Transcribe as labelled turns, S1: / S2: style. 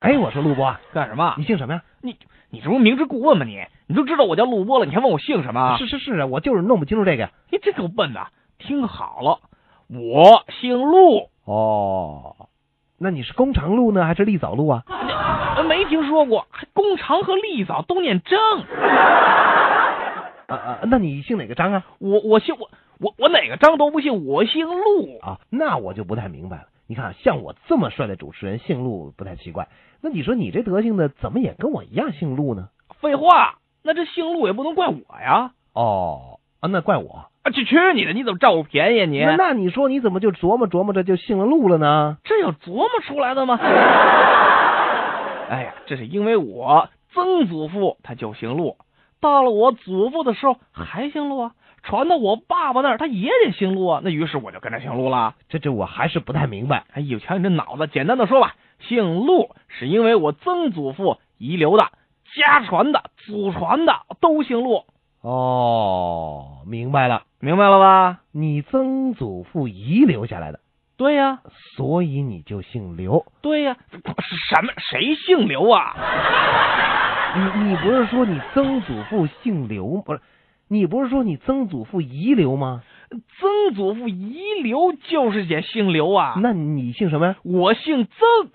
S1: 哎，我说陆波，
S2: 干什么？
S1: 你姓什么呀？
S2: 你你这不是明知故问吗你？你都知道我叫陆波了，你还问我姓什么？
S1: 是是是，我就是弄不清楚这个。
S2: 你这够笨的！听好了，我姓陆，
S1: 哦，那你是工长路呢，还是立早路啊？
S2: 呃没听说过，还工长和丽嫂都念张，
S1: 啊啊，那你姓哪个张啊？
S2: 我我姓我我我哪个张都不姓，我姓陆。
S1: 啊，那我就不太明白了。你看啊，像我这么帅的主持人，姓陆不太奇怪。那你说你这德行呢，怎么也跟我一样姓陆呢？
S2: 废话，那这姓陆也不能怪我呀！
S1: 哦，啊，那怪我。
S2: 啊，去去你的，你怎么占我便宜啊你？
S1: 那那你说你怎么就琢磨琢磨着就姓了陆了呢？
S2: 这有琢磨出来的吗？哎呀，这是因为我曾祖父他就姓陆，到了我祖父的时候还姓陆啊，传到我爸爸那儿他也得姓陆啊，那于是我就跟着姓陆了。
S1: 这这我还是不太明白。
S2: 哎，有瞧你这脑子，简单的说吧，姓陆是因为我曾祖父遗留的、家传的、祖传的都姓陆，
S1: 哦，明白了，
S2: 明白了吧？
S1: 你曾祖父遗留下来的，
S2: 对呀、
S1: 所以你就姓刘。
S2: 对呀、是什么？谁姓刘啊？
S1: 你你不是说你曾祖父姓刘不是？你不是说你曾祖父遗留吗？
S2: 曾祖父遗留就是也姓刘啊。
S1: 那你姓什么呀？
S2: 我姓曾，